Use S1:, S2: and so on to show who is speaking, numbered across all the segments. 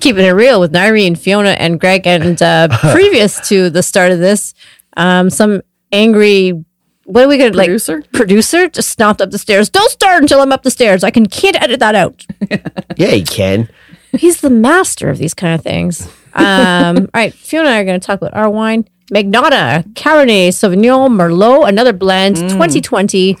S1: keeping it real with Nairi and Fiona and Greg. And uh, previous to the start of this, um, some angry. What are we gonna
S2: Producer?
S1: like? Producer just stomped up the stairs. Don't start until I'm up the stairs. I can can't edit that out.
S3: Yeah, he can.
S1: He's the master of these kind of things. Um, all right, Fiona and I are going to talk about our wine. Magnata, Cabernet Sauvignon, Merlot, another blend, 2020.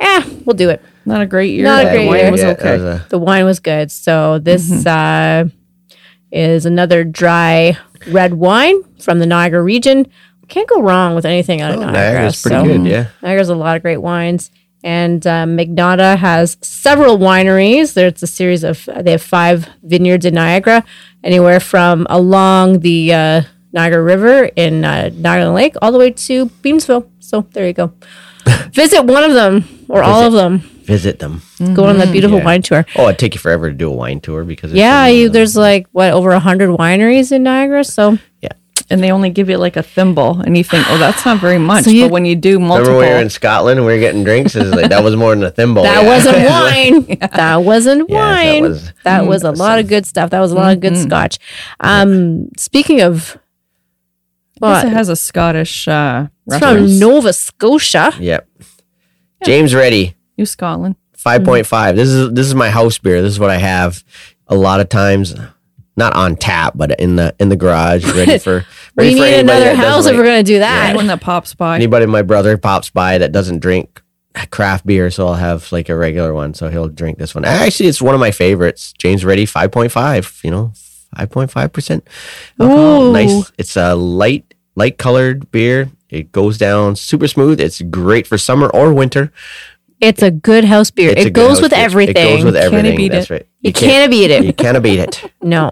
S1: Eh, we'll do it.
S2: Not a great year.
S1: Not a
S2: but
S1: Oh, great
S2: the wine
S1: year.
S2: was
S3: Yeah,
S2: okay.
S3: that was a-
S1: The wine was good. So this
S3: Mm-hmm.
S1: uh, is another dry red wine from the Niagara region. Can't go wrong with anything out of
S3: oh,
S1: Niagara.
S3: Niagara's pretty
S1: so
S3: good. Yeah.
S1: Niagara's a lot of great wines. And uh, Magnata has several wineries. There's a series of, they have five vineyards in Niagara, anywhere from along the uh, Niagara River in uh, Niagara Lake all the way to Beamsville. So there you go. Visit one of them or all of them.
S3: Visit them.
S1: Go on that beautiful
S3: Yeah.
S1: wine tour.
S3: Oh, it'd take you forever to do a wine tour because there's so
S1: Yeah,
S3: many
S1: you,
S3: of them.
S1: there's like, what, over 100 wineries in Niagara? So
S2: And they only give you like a thimble, and you think, oh, that's not very much.
S1: So you-
S2: but when you do multiple,
S3: Remember when we were in Scotland and we were getting drinks? It was like, that was more than a thimble.
S1: that
S3: Oh, Yeah.
S1: wasn't wine. That wasn't
S3: Yeah, that
S1: wine.
S3: was- Mm-hmm.
S1: that was a lot of good stuff. That was a lot of good scotch. Um, speaking of,
S2: I guess
S1: well,
S2: it has a Scottish uh,
S1: it's from
S2: reference.
S1: Nova Scotia.
S3: Yep. James Reddy,
S2: New Scotland.
S3: five point
S1: Mm-hmm.
S3: five. This is this is my house beer. This is what I have a lot of times, not on tap, but in the in the garage, ready for.
S1: We
S3: ready for
S1: need
S3: anybody
S1: another
S3: that doesn't
S1: house if
S3: like-
S1: we're going to do
S2: That
S1: that.
S2: one that pops by.
S3: Anybody, my brother pops by that doesn't drink craft beer, so I'll have like a regular one. So he'll drink this one. Actually, it's one of my favorites. James Reddy, five point five. You know, five point five percent.
S2: Ooh.
S3: Nice. It's a light, light colored beer. It goes down super smooth. It's great for summer or winter.
S1: It's a good house beer.
S3: It's a
S1: It
S3: good
S1: goes
S3: house
S1: with
S3: beer.
S1: everything.
S3: It goes with everything.
S2: beat
S3: That's
S2: it.
S3: right.
S1: you can't beat
S3: You
S1: it.
S3: can't beat it.
S1: No.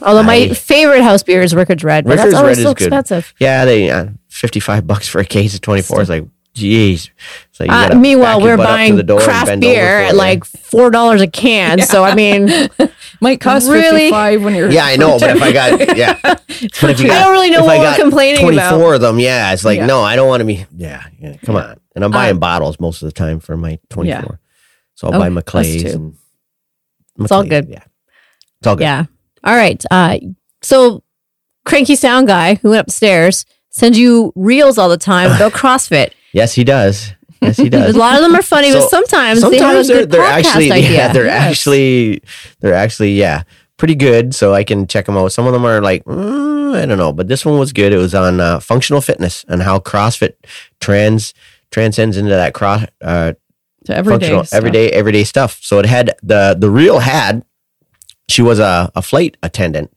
S1: Although my favorite house beer is Rickard's Red, but
S3: Rickards
S1: that's always
S3: Red
S1: so
S3: is good.
S1: expensive.
S3: Yeah, they uh, fifty-five bucks for a case of twenty-four. It's like, geez. So you
S1: Uh,
S3: gotta
S1: meanwhile,
S3: back your
S1: we're
S3: butt up to
S1: buying
S3: the door and
S1: craft
S3: bend over
S1: beer
S3: for
S1: at
S3: it.
S1: like four dollars a can. So I mean, I
S2: Might cost
S1: Really?
S2: 55 when you're.
S3: Yeah, I know, but if I got yeah, but if you got,
S1: don't really know
S3: if
S1: what
S3: I
S1: we're
S3: got
S1: complaining about.
S3: twenty-four of them, yeah, it's like
S2: Yeah.
S3: no, I don't want to be. Yeah, yeah, come on. And I'm
S1: Uh,
S3: buying bottles most of the time for my twenty-four, so I'll
S2: Okay,
S3: buy
S2: us
S3: McClay's.
S2: too.
S3: And
S1: Oh, It's all
S3: McClay's,
S1: good.
S3: Yeah, it's all good.
S1: Yeah. All right. Uh, so, cranky sound guy who went upstairs sends you reels all the time about CrossFit.
S3: Yes, he does. Yes, he
S1: A
S3: does.
S1: lot of them are funny, but
S3: So-
S1: sometimes, they have a
S3: they're,
S1: good
S3: they're
S1: podcast
S3: actually
S1: idea.
S3: yeah they're
S2: Yes.
S3: actually they're actually yeah pretty good so i can check them out some of them are like mm, i don't know but this one was good it was on uh, functional fitness and how crossfit trans transcends into that cross uh,
S2: To everyday.
S3: functional
S2: stuff.
S3: everyday everyday stuff so it had the the real had she was a, a flight attendant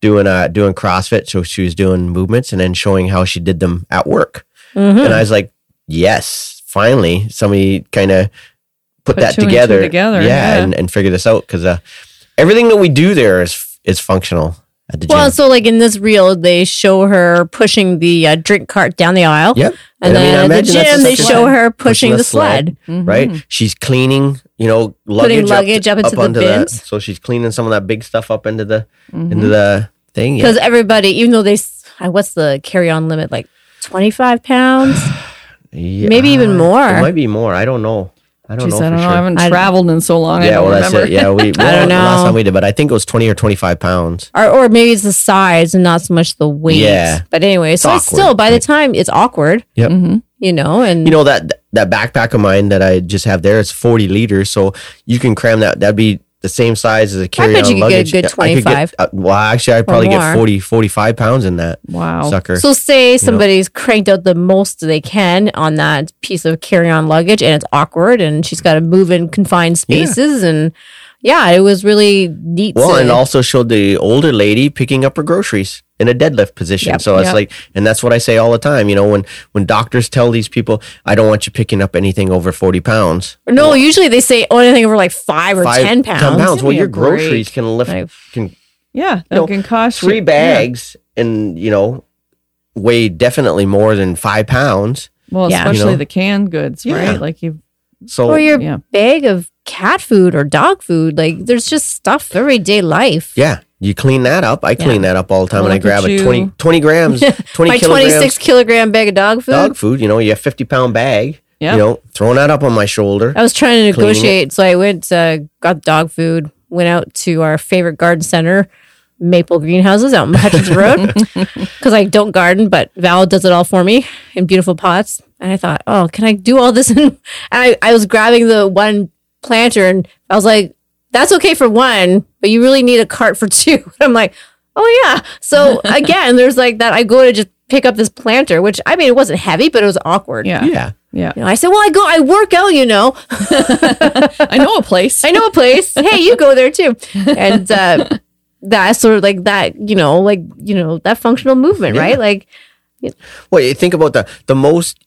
S3: doing uh doing crossfit so she was doing movements and then showing how she did them at work
S1: Mhm.
S2: Hmm.
S3: and I was like, yes, finally, somebody kind of
S2: Put
S3: put, that
S2: two and two
S3: together,
S2: together,
S3: yeah,
S2: yeah.
S3: And, and figure this out because uh, everything that we do there is is functional at the gym.
S1: Well, so like in this reel, they show her pushing the uh, drink cart down the aisle.
S3: Yep.
S1: And,
S3: And I mean, I
S1: then at the
S3: imagine that's
S1: gym,
S3: a
S1: they
S3: sled.
S1: show her
S3: Pushing
S1: pushing,
S3: the
S1: the sled.
S2: Mhm.
S3: Right, she's cleaning, you know, luggage,
S1: Putting luggage up into the
S3: onto that.
S1: bins.
S3: So she's cleaning some of that big stuff up into the
S2: Mhm.
S3: into the thing. Yeah.
S1: Because everybody, even though they, s- uh, what's the carry on limit? Like 25 pounds?
S3: Yeah.
S1: maybe even more.
S3: It might be more. I don't know. I don't
S2: Jeez,
S3: know.
S2: I
S3: for
S2: don't know. "Oh, I
S3: sure.
S2: haven't
S1: I-
S2: traveled in so long. I
S3: yeah,
S2: don't
S3: well,
S2: remember.
S3: that's it. Yeah, we. well,
S1: don't
S3: the Last
S1: know.
S3: time we did, but I think it was twenty or twenty-five pounds.
S1: or, or maybe it's the size and not so much the weight.
S3: Yeah.
S1: But anyway, so it's
S3: awkward,
S1: still by the time it's awkward,
S2: hmm
S1: you know, and
S3: you know that that backpack of mine that I just have there is 40 liters, so you can cram that. That'd be the same size as a carry-on
S1: you could get a
S3: luggage.
S1: good
S3: Yeah, I could get-
S1: 25.
S3: uh, well, actually, I'd probably
S1: more.
S3: get 40, 45 pounds in that
S2: Wow.
S3: sucker.
S1: so say somebody's cranked out the most they can on that piece of carry-on luggage and it's awkward and she's got to move in confined spaces and yeah, it was really neat. to-
S3: well, and also showed the older lady picking up her groceries in a deadlift position.
S2: Yep,
S3: so it's
S2: yep.
S3: like, and that's what I say all the time. You know, when when doctors tell these people, I don't want you picking up anything over 40 pounds.
S1: no, usually they say oh, anything over like five or
S3: Five-
S1: ten pounds.
S2: Give
S3: Well,
S2: me a
S3: your
S2: break.
S3: groceries can lift
S1: Like-
S3: can
S2: Yeah, that
S3: know,
S2: can cost you-
S3: three
S2: yeah.
S3: bags and you know weigh definitely more than five pounds.
S2: Well,
S1: Yeah.
S2: especially
S3: You know?
S2: the canned goods,
S3: Yeah.
S2: right? Like you.
S3: So
S2: Oh,
S1: Or your
S2: Yeah.
S1: bag of cat food or dog food. Like there's just stuff for everyday life.
S3: Yeah, you clean that up. I clean that up all the time,
S2: Well,
S3: and I
S2: look at
S3: grab a
S2: you.
S3: 20, 20 grams, twenty
S1: My
S3: kilograms
S1: 26 kilogram bag of dog food.
S3: dog food. You know, your fifty pound bag.
S2: Yeah. Oh,
S3: You know, throwing that up on my shoulder.
S1: I was trying to
S3: Cleaning it.
S1: negotiate, so I went uh, got dog food, went out to our favorite garden center, maple greenhouses out in Hutchins Road because I don't garden, but Val does it all for me in beautiful pots. And I thought, oh, can I do all this? and I, I was grabbing the one planter and I was like, that's okay for one, but you really need a cart for two. And I'm like, oh, yeah. So again, there's like that. I go to just pick up this planter, which I mean, it wasn't heavy, but it was awkward.
S2: Yeah.
S3: Yeah.
S2: Yeah.
S1: You know, I said, well, I go, I work out, you know.
S2: I know a place.
S1: I know a place. hey, you go there too. And uh, that sort of like that, you know, like you know that functional movement,
S3: Yeah.
S1: right? Like
S3: Well, you think about the the most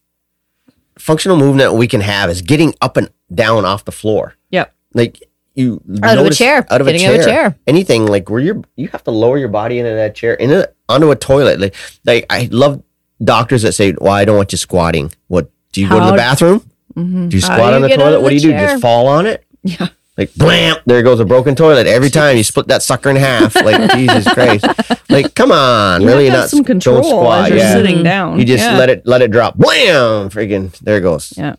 S3: functional movement we can have is getting up and down off the floor.
S2: Yep.
S3: Like you
S1: Out of a
S3: notice-
S1: chair.
S3: out of a
S1: Getting
S3: chair,
S1: out of a chair.
S3: anything like where you you have to lower your body into that chair, into onto a toilet. Like like I love doctors that say, "Well, I don't want you squatting." What do you go to
S1: How-
S3: the bathroom?
S2: Mhm.
S3: Do you
S1: How
S3: squat
S1: do
S3: on
S1: you
S3: the
S1: get out
S3: toilet?
S1: of
S3: What do
S1: the
S3: you do?
S1: chair?
S3: Just fall on it?
S2: Yeah.
S3: Like blam, there goes a broken toilet every time you split that sucker in half. Like Jesus Christ! Like come on,
S2: You
S3: really
S2: have to have
S3: not
S2: some control
S3: Don't squat.
S2: as you're
S3: yeah,
S2: sitting down.
S3: you just
S2: Yeah.
S3: let it let it drop. Blam! Friggin' there it goes.
S2: Yeah.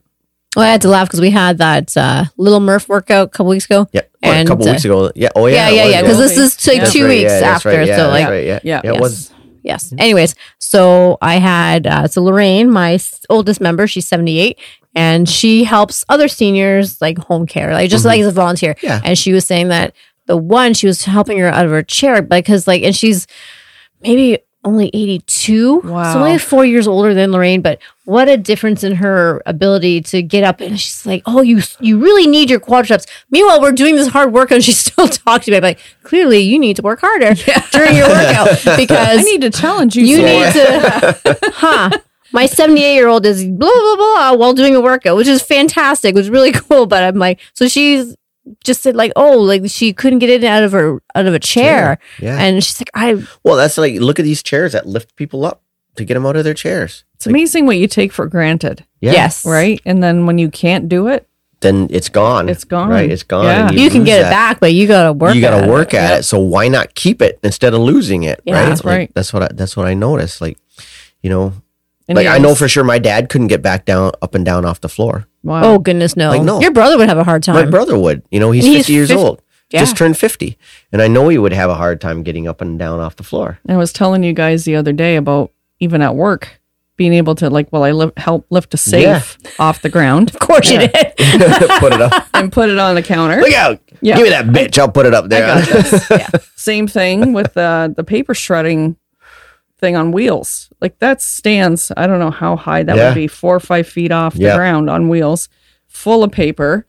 S1: Well, I had to laugh because we had that uh, little Murph workout a couple weeks ago.
S3: Yeah, well,
S1: And,
S3: a couple
S1: uh,
S3: weeks ago. Yeah. Oh
S1: Yeah,
S3: yeah. it
S1: yeah,
S3: was,
S1: yeah. Because this is like
S2: Yeah.
S3: That's
S1: two
S3: right,
S1: weeks
S3: yeah, that's
S1: after.
S3: right, yeah,
S1: so like,
S3: that's right, yeah,
S2: Yeah.
S3: yeah. It
S1: yes.
S3: was
S1: yes.
S2: Mm-hmm.
S1: Anyways, so I had uh, so Lorraine, my s- oldest member, she's seventy eight, and she helps other seniors like home care, like just
S2: Mm-hmm.
S1: like as a volunteer.
S3: Yeah.
S1: And she was saying that the one she was helping her out of her chair because like, and she's maybe only eighty two,
S2: Wow.
S1: so only four years older than Lorraine, but. What a difference in her ability to get up, and she's like, "Oh, you you really need your quadriceps." Meanwhile, we're doing this hard work, and she still talks to me. I'm like, "Clearly, you need to work harder during your workout because
S2: I need to challenge you.
S1: you
S2: some
S1: need
S2: more.
S1: to, huh? My 78 year old is blah, blah, blah while doing a workout, which is fantastic, which is really cool. But I'm like, so she's just said like, oh, like she couldn't get in out of her, out of a chair.
S3: Yeah.
S1: And she's like, I,
S3: well, that's like look at these chairs that lift people up to get them out of their chairs.
S2: It's amazing what you take for granted,
S3: Yeah.
S1: yes.
S2: right? And then when you can't do it,
S3: Then it's gone.
S2: It's gone.
S3: Right. It's gone.
S2: Yeah.
S3: and
S1: You can
S3: lose
S1: get
S3: that.
S1: it back, but you got to work.
S3: you got
S1: at
S3: to
S1: it.
S3: work at it. So why not keep it instead of losing it?
S1: Yeah.
S3: right.
S1: That's
S3: Like,
S2: right.
S3: That's what I, that's what I noticed. Like, you know,
S2: and
S3: like
S2: you
S3: I know for sure my dad couldn't get back down, up and down off the floor.
S2: wow.
S1: Oh, goodness, no.
S3: Like, no.
S1: Your brother would have a hard
S3: My
S1: time.
S3: brother would. You know, he's,
S1: Uh-huh. He's
S3: 50 years
S1: fif-
S3: old.
S1: Yeah.
S3: Just turned 50. And I know he would have a hard time getting up and down off the floor.
S2: I was telling you guys the other day about even at work being able to like, well, I li- help lift a safe off the ground
S1: of course you did.
S3: put it up.
S2: and put it on the counter.
S3: Look out.
S2: Yeah.
S3: Give me that bitch. I'll put it up there.
S2: Same thing with the the paper shredding thing on wheels. Like that stands, I don't know how high that
S3: Yeah.
S2: would be, four or five feet off the
S3: Yeah.
S2: ground on wheels, full of paper.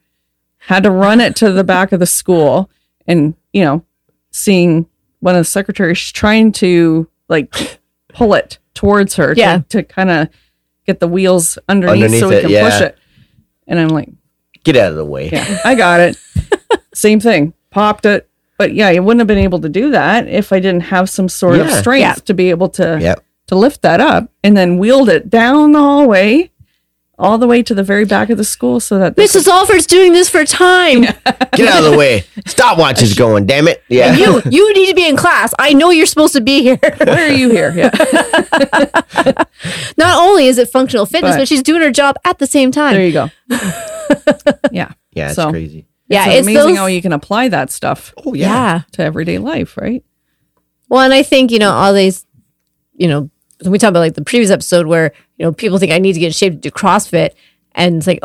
S2: Had to run it to the back of the school, and you know, seeing one of the secretaries trying to like pull it towards her, to-
S1: Yeah.
S2: to, kind of get the wheels underneath, so
S3: Underneath
S2: we
S3: it,
S2: can
S3: yeah.
S2: push it. And I'm like,
S3: Get out of the way.
S2: yeah, I got it. Same thing. Popped it. But yeah, I wouldn't have been able to do that if I didn't have some sort of
S3: Yeah.
S2: strength
S1: Yeah.
S2: to be able to
S3: Yep.
S2: to lift that up and then wheeled it down the hallway all the way to the very back of the school so that they
S1: Mrs. Alford's doing this for time.
S3: Get out of the way. Stopwatch is going, damn it. Yeah.
S1: You, you need to be in class. I know you're supposed to be here.
S2: could- why are you here? Yeah.
S1: Not only is it functional fitness,
S2: But-
S1: but she's doing her job at the same time.
S2: There you go. Yeah.
S3: Yeah, it's
S2: So-
S3: crazy.
S1: yeah,
S2: it's
S1: it's
S2: amazing
S1: those-
S2: how you can apply that stuff
S3: Oh,
S1: yeah.
S3: yeah.
S2: to everyday life, right?
S1: Well, and I think you know all these, you know, when we talk about like the previous episode where you know people think I need to get in shape to do CrossFit, and it's like,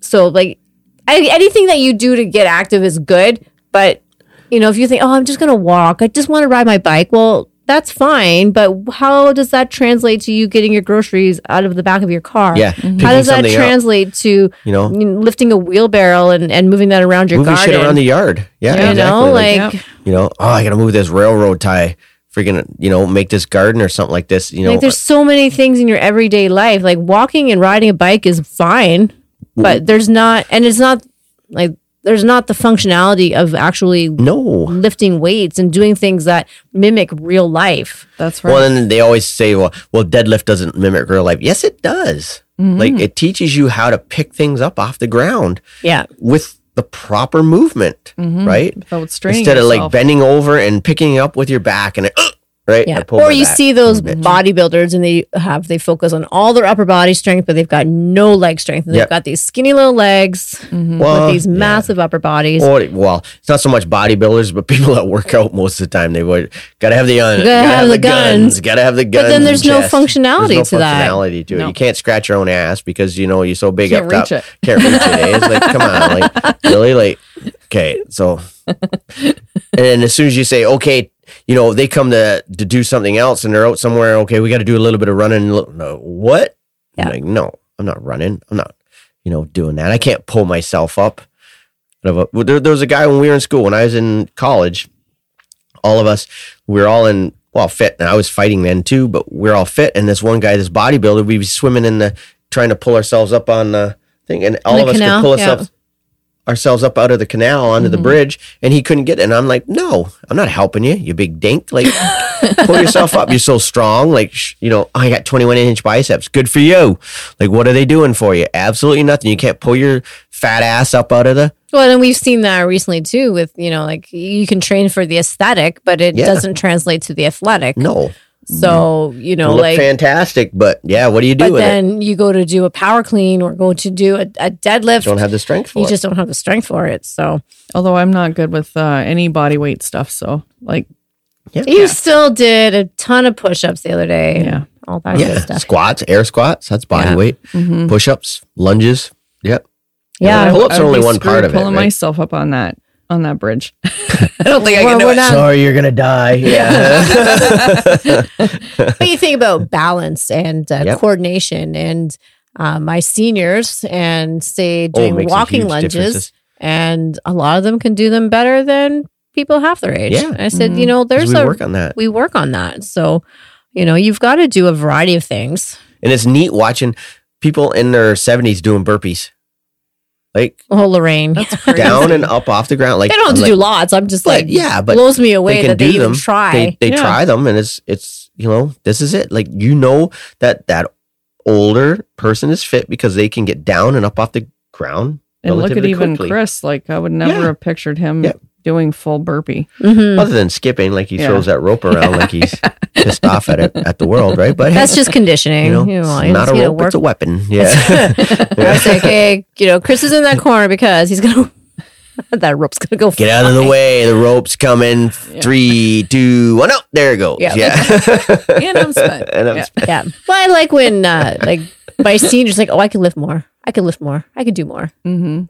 S1: so like any- anything that you do to get active is good, but you know if you think, oh, I'm just gonna walk, I just want to ride my bike, well. That's fine, but how does that translate to you getting your groceries out of the back of your car?
S3: Yeah, picking
S1: How does that
S3: something up,
S1: translate to
S3: you know?
S1: lifting a wheelbarrow and, and moving that around your
S3: Moving
S1: garden?
S3: shit around the yard. Yeah.
S1: you
S3: exactly.
S1: know, like,
S2: Yep.
S3: you know, oh, I got to move this railroad tie. Freaking, you know, make this garden or something like this. You know,
S1: like there's so many things in your everyday life like walking and riding a bike is fine but there's not and it's not like there's not the functionality of actually
S3: no.
S1: lifting weights and doing things that mimic real life
S2: That's right.
S3: Well, and they always say, well, well, deadlift doesn't mimic real life. Yes, it does.
S1: Mm-hmm.
S3: Like it teaches you how to pick things up off the ground
S1: yeah
S3: with the proper movement, right?
S1: Mm-hmm.
S2: Without straining
S3: Instead of
S2: yourself.
S3: like bending over and picking it up with your back and it, "Ugh," right? I
S1: Yeah.
S3: pulled
S1: Or
S3: my
S1: you
S3: back
S1: see those
S3: a bit.
S1: bodybuilders and they have they focus on all their upper body strength, but they've got no leg strength. And
S3: Yep.
S1: they've got these skinny little legs
S3: Well,
S1: with these
S3: yeah.
S1: massive upper bodies.
S3: Or, well, it's not so much bodybuilders, but people that work out most of the time. They would gotta have the gun,
S1: Gotta have the guns.
S3: gotta have the guns.
S1: then there's
S3: and
S1: no
S3: chest.
S1: functionality
S3: There's
S1: to
S3: no
S1: that.
S3: Functionality to it.
S2: No.
S3: You can't scratch your own ass because you know you're so big
S2: Can't
S3: up top.
S2: reach it.
S3: Can't reach it. eh? It's like come on, like really, like okay. So, and then as soon as you say okay. You know, they come to to do something else, and they're out somewhere. Okay, we got to do a little bit of running. No, what? I'm
S1: Yeah.
S3: Like, no, I'm not running. I'm not, you know, doing that. I can't pull myself up of a- well, there, there was a guy when we were in school when i was in college all of us we were all in well fit and i was fighting then too but we are all fit and this one guy this bodybuilder we'd be swimming in the trying to pull ourselves up on the thing and all
S1: The
S3: of us
S1: canal,
S3: could pull
S1: yeah. Mm-hmm.
S3: ourselves ourselves up out of the canal onto the bridge and he couldn't get it and i'm like no i'm not helping you you big dink like pull yourself up you're so strong like sh- you know i got 21 inch biceps good for you like what are they doing for you absolutely nothing you can't pull your fat ass up out of the
S1: Well, and we've seen that recently too with, you know, like you can train for the aesthetic, but it
S3: Yeah.
S1: doesn't translate to the athletic.
S3: no
S1: So, you know,
S3: look
S1: like
S3: fantastic, but yeah, what do you do
S1: but
S3: with it?
S1: then you go to do a power clean or go to do a, a deadlift.
S3: Don't have the strength for
S1: you
S3: it.
S1: just don't have the strength for it. So
S2: Although I'm not good with uh, any body weight stuff, so like
S1: you still did a ton of push ups the other day.
S2: Yeah.
S1: All that good
S3: yeah,
S1: stuff.
S3: squats, air squats. That's body
S1: Yeah. Mm-hmm.
S3: weight.
S2: mhm.
S3: Push-ups, lunges. Yep.
S1: Yeah.
S2: I-
S3: Pull ups
S2: I
S3: are
S2: would
S3: only
S2: be
S3: one part
S2: screwed
S3: of it.
S2: Pulling
S3: right?
S2: myself up on that on that bridge. I don't think I
S1: Well,
S2: can do
S1: we're
S2: it.
S1: not-
S3: Sorry, you're gonna die. Yeah.
S1: but you think about balance and uh,
S3: Yep.
S1: coordination and uh, my seniors and say
S3: Oh, it
S1: doing
S3: makes some
S1: walking
S3: huge
S1: lunges
S3: differences.
S1: and a lot of them can do them better than people half their age
S3: Yeah.
S1: And i said
S2: Mhm.
S1: you know
S3: 'Cause
S1: there's
S3: we
S1: a
S3: work on that,
S1: we work on that so you know you've got to do a variety of things
S3: and it's neat watching people in their 70s doing burpees, like
S1: oh lorraine
S2: That's crazy.
S3: down and up off the ground. Like
S1: they don't have to
S3: I'm
S1: do
S3: like,
S1: lots i'm just
S3: But,
S1: like
S3: yeah, but
S1: blows me away
S3: they can
S1: that
S3: do
S1: they even
S3: them.
S1: try
S3: They, they
S2: Yeah.
S3: try them, and it's it's you know this is it. Like you know that that older person is fit because they can get down and up off the ground
S2: And look at
S3: relatively
S2: even
S3: quickly.
S2: Chris. Like I would never
S3: Yeah.
S2: have pictured him
S3: Yep.
S2: doing full burpee.
S1: Mhm.
S3: other than skipping, like he
S2: Yeah.
S3: throws that rope around like he's pissed off at it at the world, right? But hey,
S1: that's just conditioning
S3: you know,
S1: You know,
S3: it's not
S1: it's,
S3: a
S1: you know,
S3: rope,
S1: work
S3: it's a weapon. Yeah,
S1: I was like, hey, you know, Chris is in that corner because he's gonna that rope's gonna go.
S3: get out of the way. The rope's coming. Three, two, one. Up there it goes.
S1: Yeah.
S3: Yeah,
S2: And I'm spent.
S3: and I'm
S2: Yeah.
S1: Yeah, but I like when uh, like my seniors like, oh, I can lift more. I can lift more. I can do more.
S2: hmm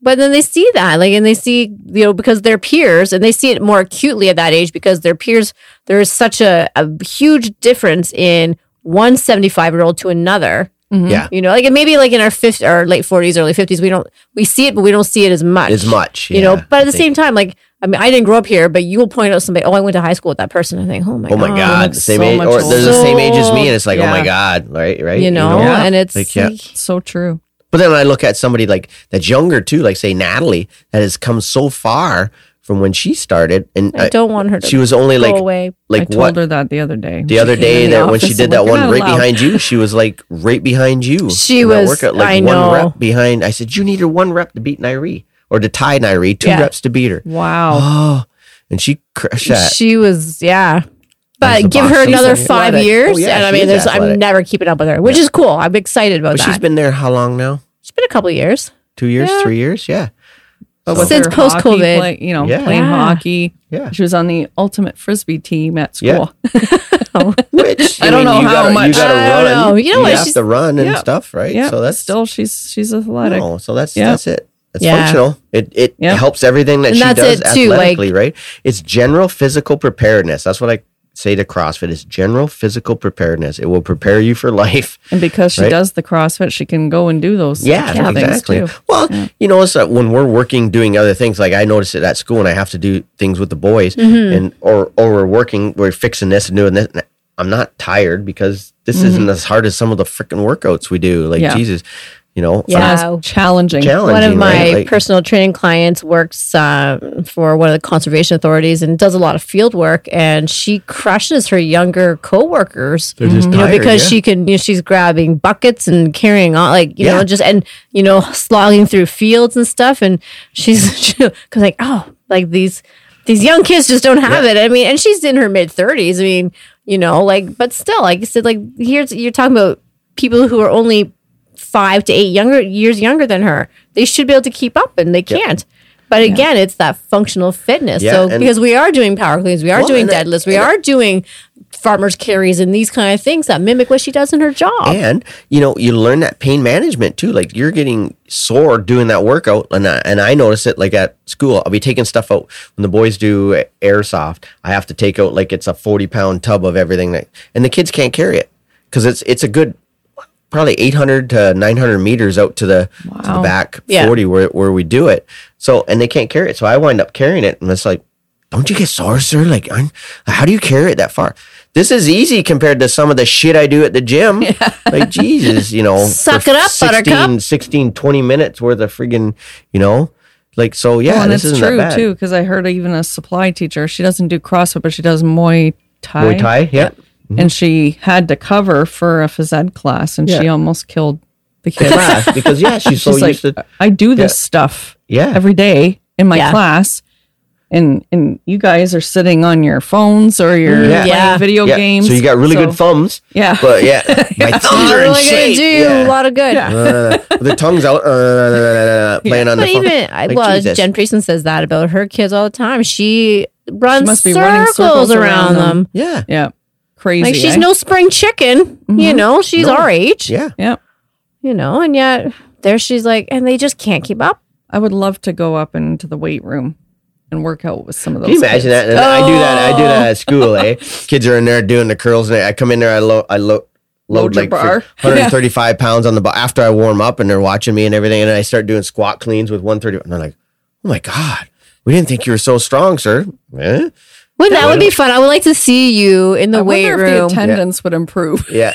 S1: But then they see that, like, and they see, you know, because their peers, and they see it more acutely at that age because their peers, there is such a, a huge difference in one 75 year old to another.
S3: yeah,
S1: You know, like, and maybe like in our fifth or late 40s, early 50s, we don't, we see it, but we don't see it as much.
S3: as much.
S1: you know
S3: yeah,
S1: but
S3: I
S1: at the
S3: think.
S1: same time like i mean i didn't grow up here but you will point out somebody oh i went to high school with that person i think oh my
S3: Oh
S1: god,
S3: my god,
S2: looks
S3: same
S2: so
S3: age,
S2: much
S3: or they're the same age as me,
S1: older.
S3: and it's like, oh
S2: Yeah.
S3: my god, right, right,
S1: you know,
S2: Yeah.
S1: and it's
S3: Like, yeah.
S1: like-
S2: So true.
S3: But then when I look at somebody like that's younger too, like say Natalie, that has come so far from when she started, and
S1: i
S3: uh,
S1: don't want her to
S3: she was only
S1: go
S3: like
S1: away
S2: I
S3: like
S2: told
S3: what
S2: her that the other day.
S3: the other
S2: She came
S3: day
S2: in the
S3: that when she
S2: office
S3: did
S2: and
S3: that
S2: like,
S3: one
S2: "You're not
S3: right
S2: allowed."
S3: behind you, she was like right behind you.
S1: She
S3: in that
S1: was- I know.
S3: one rep behind. I said, you needed one rep to beat Nairi or to tie Nairi, two
S1: Yeah.
S3: reps to beat her.
S2: Wow.
S3: Oh, and she crushed that.
S1: she was yeah
S3: That was
S1: but
S3: the
S1: give
S3: boss.
S1: her
S3: She's
S1: another
S3: athletic.
S1: five
S3: Oh,
S1: years
S3: yeah,
S1: and i
S3: she
S1: mean
S3: is
S1: there's i'm
S3: athletic.
S1: never keeping up with her which is cool i'm excited about
S3: but
S1: that
S3: she's been there how long now?
S1: it's been a couple of years
S3: Two years,
S1: Yeah.
S3: three years? Yeah.
S2: But
S3: So-
S2: with
S1: Since
S2: her hockey
S1: post-COVID.
S2: play- you know,
S3: Yeah.
S2: playing
S1: Yeah.
S2: hockey.
S3: Yeah.
S2: She was on the ultimate frisbee team at school.
S3: Yeah. Which
S2: I don't know
S3: you
S2: how
S3: gotta, You
S2: much-
S3: gotta
S1: I don't
S3: run.
S1: know. You know what,
S3: have
S1: she's-
S3: to run and
S2: Yeah.
S3: stuff, right?
S2: Yeah,
S3: So that's Oh.
S2: still she's she's athletic.
S3: no. So that's
S2: Yeah.
S3: that's it. It's
S1: Yeah.
S3: functional. It it
S2: Yeah.
S3: helps everything that
S1: And
S3: she
S1: that's
S3: does
S1: it too, like-
S3: athletically, right? It's general physical preparedness. That's what I say to CrossFit. It's general physical preparedness. It will prepare you for life.
S2: And because she
S3: Right.
S2: does the CrossFit, she can go and do those
S3: Yeah,
S2: kinda things
S3: exactly.
S2: too.
S3: Well, you know, it's like when we're working doing other things, like I notice it at school and I have to do things with the boys
S1: Mm-hmm.
S3: and or or we're working, we're fixing this and doing this. and I'm not tired because this
S1: Mm-hmm.
S3: isn't as hard as some of the freaking workouts we do. Like
S2: Yeah.
S3: Jesus, you know,
S1: Yeah.
S3: I'm
S2: That's
S1: Wow.
S2: challenging.
S3: challenging.
S1: one of my
S3: right? Like,
S1: personal training clients works um, for one of the conservation authorities and does a lot of field work and she crushes her younger coworkers
S3: They're just
S1: Mm-hmm. you know
S3: tired,
S1: because
S3: yeah.
S1: she can you know, she's grabbing buckets and carrying on like you know
S3: Yeah.
S1: just and you know slogging through fields and stuff and she's she, cause like oh like these these young kids just don't have it. I mean, and she's in her mid thirties. I mean, you know, like, but still, like I said, like here's you're talking about people who are only five to eight younger years younger than her. They should be able to keep up, and they can't. But again, it's that functional fitness.
S3: Yeah,
S1: so
S3: and-
S1: because we are doing power cleans, we are
S3: Well,
S1: doing
S3: and it-
S1: deadlifts, we
S3: and it-
S1: are doing farmers carries and these kind of things that mimic what she does in her job.
S3: and you know you learn that pain management too like you're getting sore doing that workout and I, and I notice it like at school i'll be taking stuff out when the boys do airsoft i have to take out like it's a 40 pound tub of everything that and the kids can't carry it because it's it's a good probably 800 to 900 meters out to the, to the
S2: Wow.
S3: back
S1: Yeah.
S3: 40 where, where we do it so and they can't carry it so i wind up carrying it and it's like don't you get sore sir like I'm, how do you carry it that far this is easy compared to some of the shit i do at the gym like jesus you know
S1: Suck
S3: for
S1: it up, Buttercup.
S3: 16 20 minutes worth of friggin you know like so yeah
S2: Well, and
S3: this
S2: it's
S3: isn't
S2: Oh, true
S3: that bad
S2: too, because I heard even a supply teacher, she doesn't do CrossFit, but she does Muay Thai.
S3: Muay Thai, mm-hmm. yeah.
S2: And she had to cover for a phys ed class, and she
S3: Yeah.
S2: almost killed the kid.
S3: Class, because yeah, she's so
S2: She's like,
S3: used to
S2: I do this stuff
S3: Oh, Yeah.
S2: every day in my
S1: Yeah.
S2: class, and and you guys are sitting on your phones or you're
S3: Mm-hmm. Yeah.
S2: playing
S1: Yeah.
S2: video
S3: yeah.
S2: games.
S3: So you got really
S2: So-
S3: good thumbs.
S2: Yeah.
S3: but yeah, my thumbs
S1: You're
S3: are in
S1: really gonna
S3: shape.
S1: do a
S3: Yeah.
S1: lot of good.
S3: uh, the tongues out, uh, playing on the
S1: But
S3: phone.
S1: even I
S3: Like,
S1: well,
S3: Jesus.
S1: Jen Prieston says that about her kids all the time. She runs
S2: must be running
S1: circles,
S2: circles
S1: around,
S2: around
S1: them.
S2: them.
S3: yeah,
S2: yeah, crazy.
S1: Like she's
S2: eh?
S1: no spring chicken, you know. She's
S3: Mm-hmm. No.
S1: our age,
S3: yeah.
S2: Yeah,
S1: you know, and yet there she's like, and they just can't keep up.
S2: I would love to go up into the weight room and work out with some of those.
S3: Can you imagine
S2: kids.
S3: that? And I do that. I do that
S1: Oh.
S3: at school. Eh, kids are in there doing the curls, and I come in there. I load. I load. Load
S2: Load your
S3: like
S2: bar.
S3: 135 pounds on the bar after I warm up and they're watching me and everything. And I start doing squat cleans with 130. And they're like, oh my God, we didn't think you were so strong, sir. Eh?
S1: Well, that would be fun. I would like to see you in the
S2: I
S1: weight
S2: wonder if the
S1: room.
S2: attendance would improve.
S3: Yeah.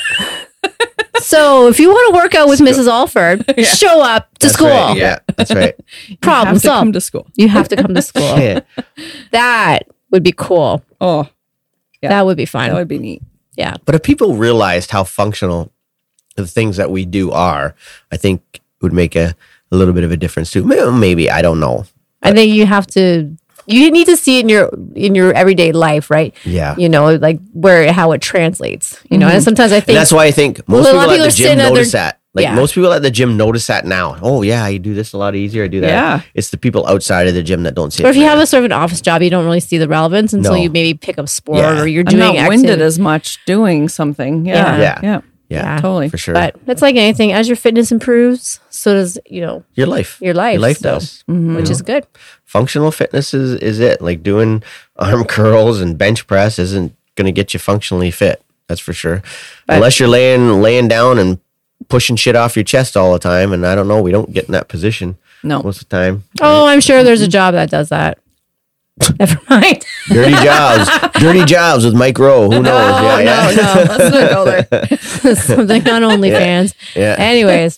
S1: so if you want to work out with Mrs. Alford, show up to
S3: that's
S1: school.
S3: right, Yeah. That's right.
S1: Problem
S2: have to come
S1: solved.
S2: to school.
S1: you have to come to school.
S3: Yeah.
S1: that would be cool.
S2: Oh, Yeah.
S1: That would be fun.
S2: that would be neat.
S1: yeah.
S3: But if people realized how functional the things that we do are, I think it would make a, a little bit of a difference too. May- Maybe. I don't know.
S1: I think you have to you need to see it in your in your everyday life, right?
S3: Yeah.
S1: You know, like where how it translates. You know,
S2: Mm-hmm.
S1: and sometimes I
S3: And
S1: think
S3: that's why I think most
S1: Well, a
S3: people
S1: lot of
S3: at the
S1: people sit
S3: gym
S1: in their-
S3: notice that. Like
S1: Yeah.
S3: most people at the gym notice that now. Oh yeah, I do this a lot easier. I do that.
S2: Yeah.
S3: It's the people outside of the gym that don't see
S1: or
S3: it.
S1: if you have a sort of an office job, you don't really see the relevance until
S3: No.
S1: you maybe pick up sport
S3: Yeah.
S1: or you're
S2: I'm
S1: doing
S2: not winded
S1: activity.
S2: as much doing something. Yeah,
S3: Yeah.
S2: yeah,
S3: Yeah.
S2: yeah,
S3: yeah,
S2: totally.
S3: for sure.
S1: But it's like anything, as your fitness improves, so does you know
S3: your life.
S1: your life. Mm-hmm.
S3: Your life
S1: so-
S3: does.
S2: Mm-hmm.
S1: which is good.
S3: Functional fitness is, is it. Like doing arm curls and bench press isn't gonna get you functionally fit. That's for sure. Unless you're laying laying down and pushing shit off your chest all the time. And I don't know, we don't get in that position
S2: No,
S3: most of the time.
S1: Oh, I'm sure there's a
S2: Mm-hmm.
S1: job that does that. Never mind.
S3: Dirty jobs. Dirty jobs with Mike Rowe. Who knows?
S1: Oh,
S3: yeah, yeah.
S2: Oh, no, no. Let's not go there.
S1: Something on OnlyFans.
S3: Yeah.
S1: Anyways,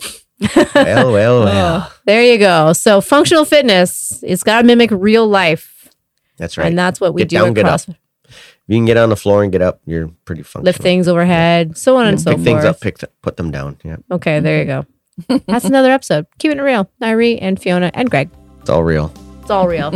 S3: Well, well,
S1: Oh.
S3: well.
S1: there you go. So functional fitness, it's got to mimic real life,
S3: That's right.
S1: and that's what we
S3: Get
S1: do
S3: down, get
S1: across.
S3: you can get on the floor and get up. You're pretty functional.
S1: Lift things overhead, so on and so
S3: pick
S1: forth.
S3: things up, pick th- put them down. Yeah,
S1: Okay, there you go. That's another episode. Keeping it real, Nyree and Fiona and Greg.
S3: it's all real.
S1: It's all real.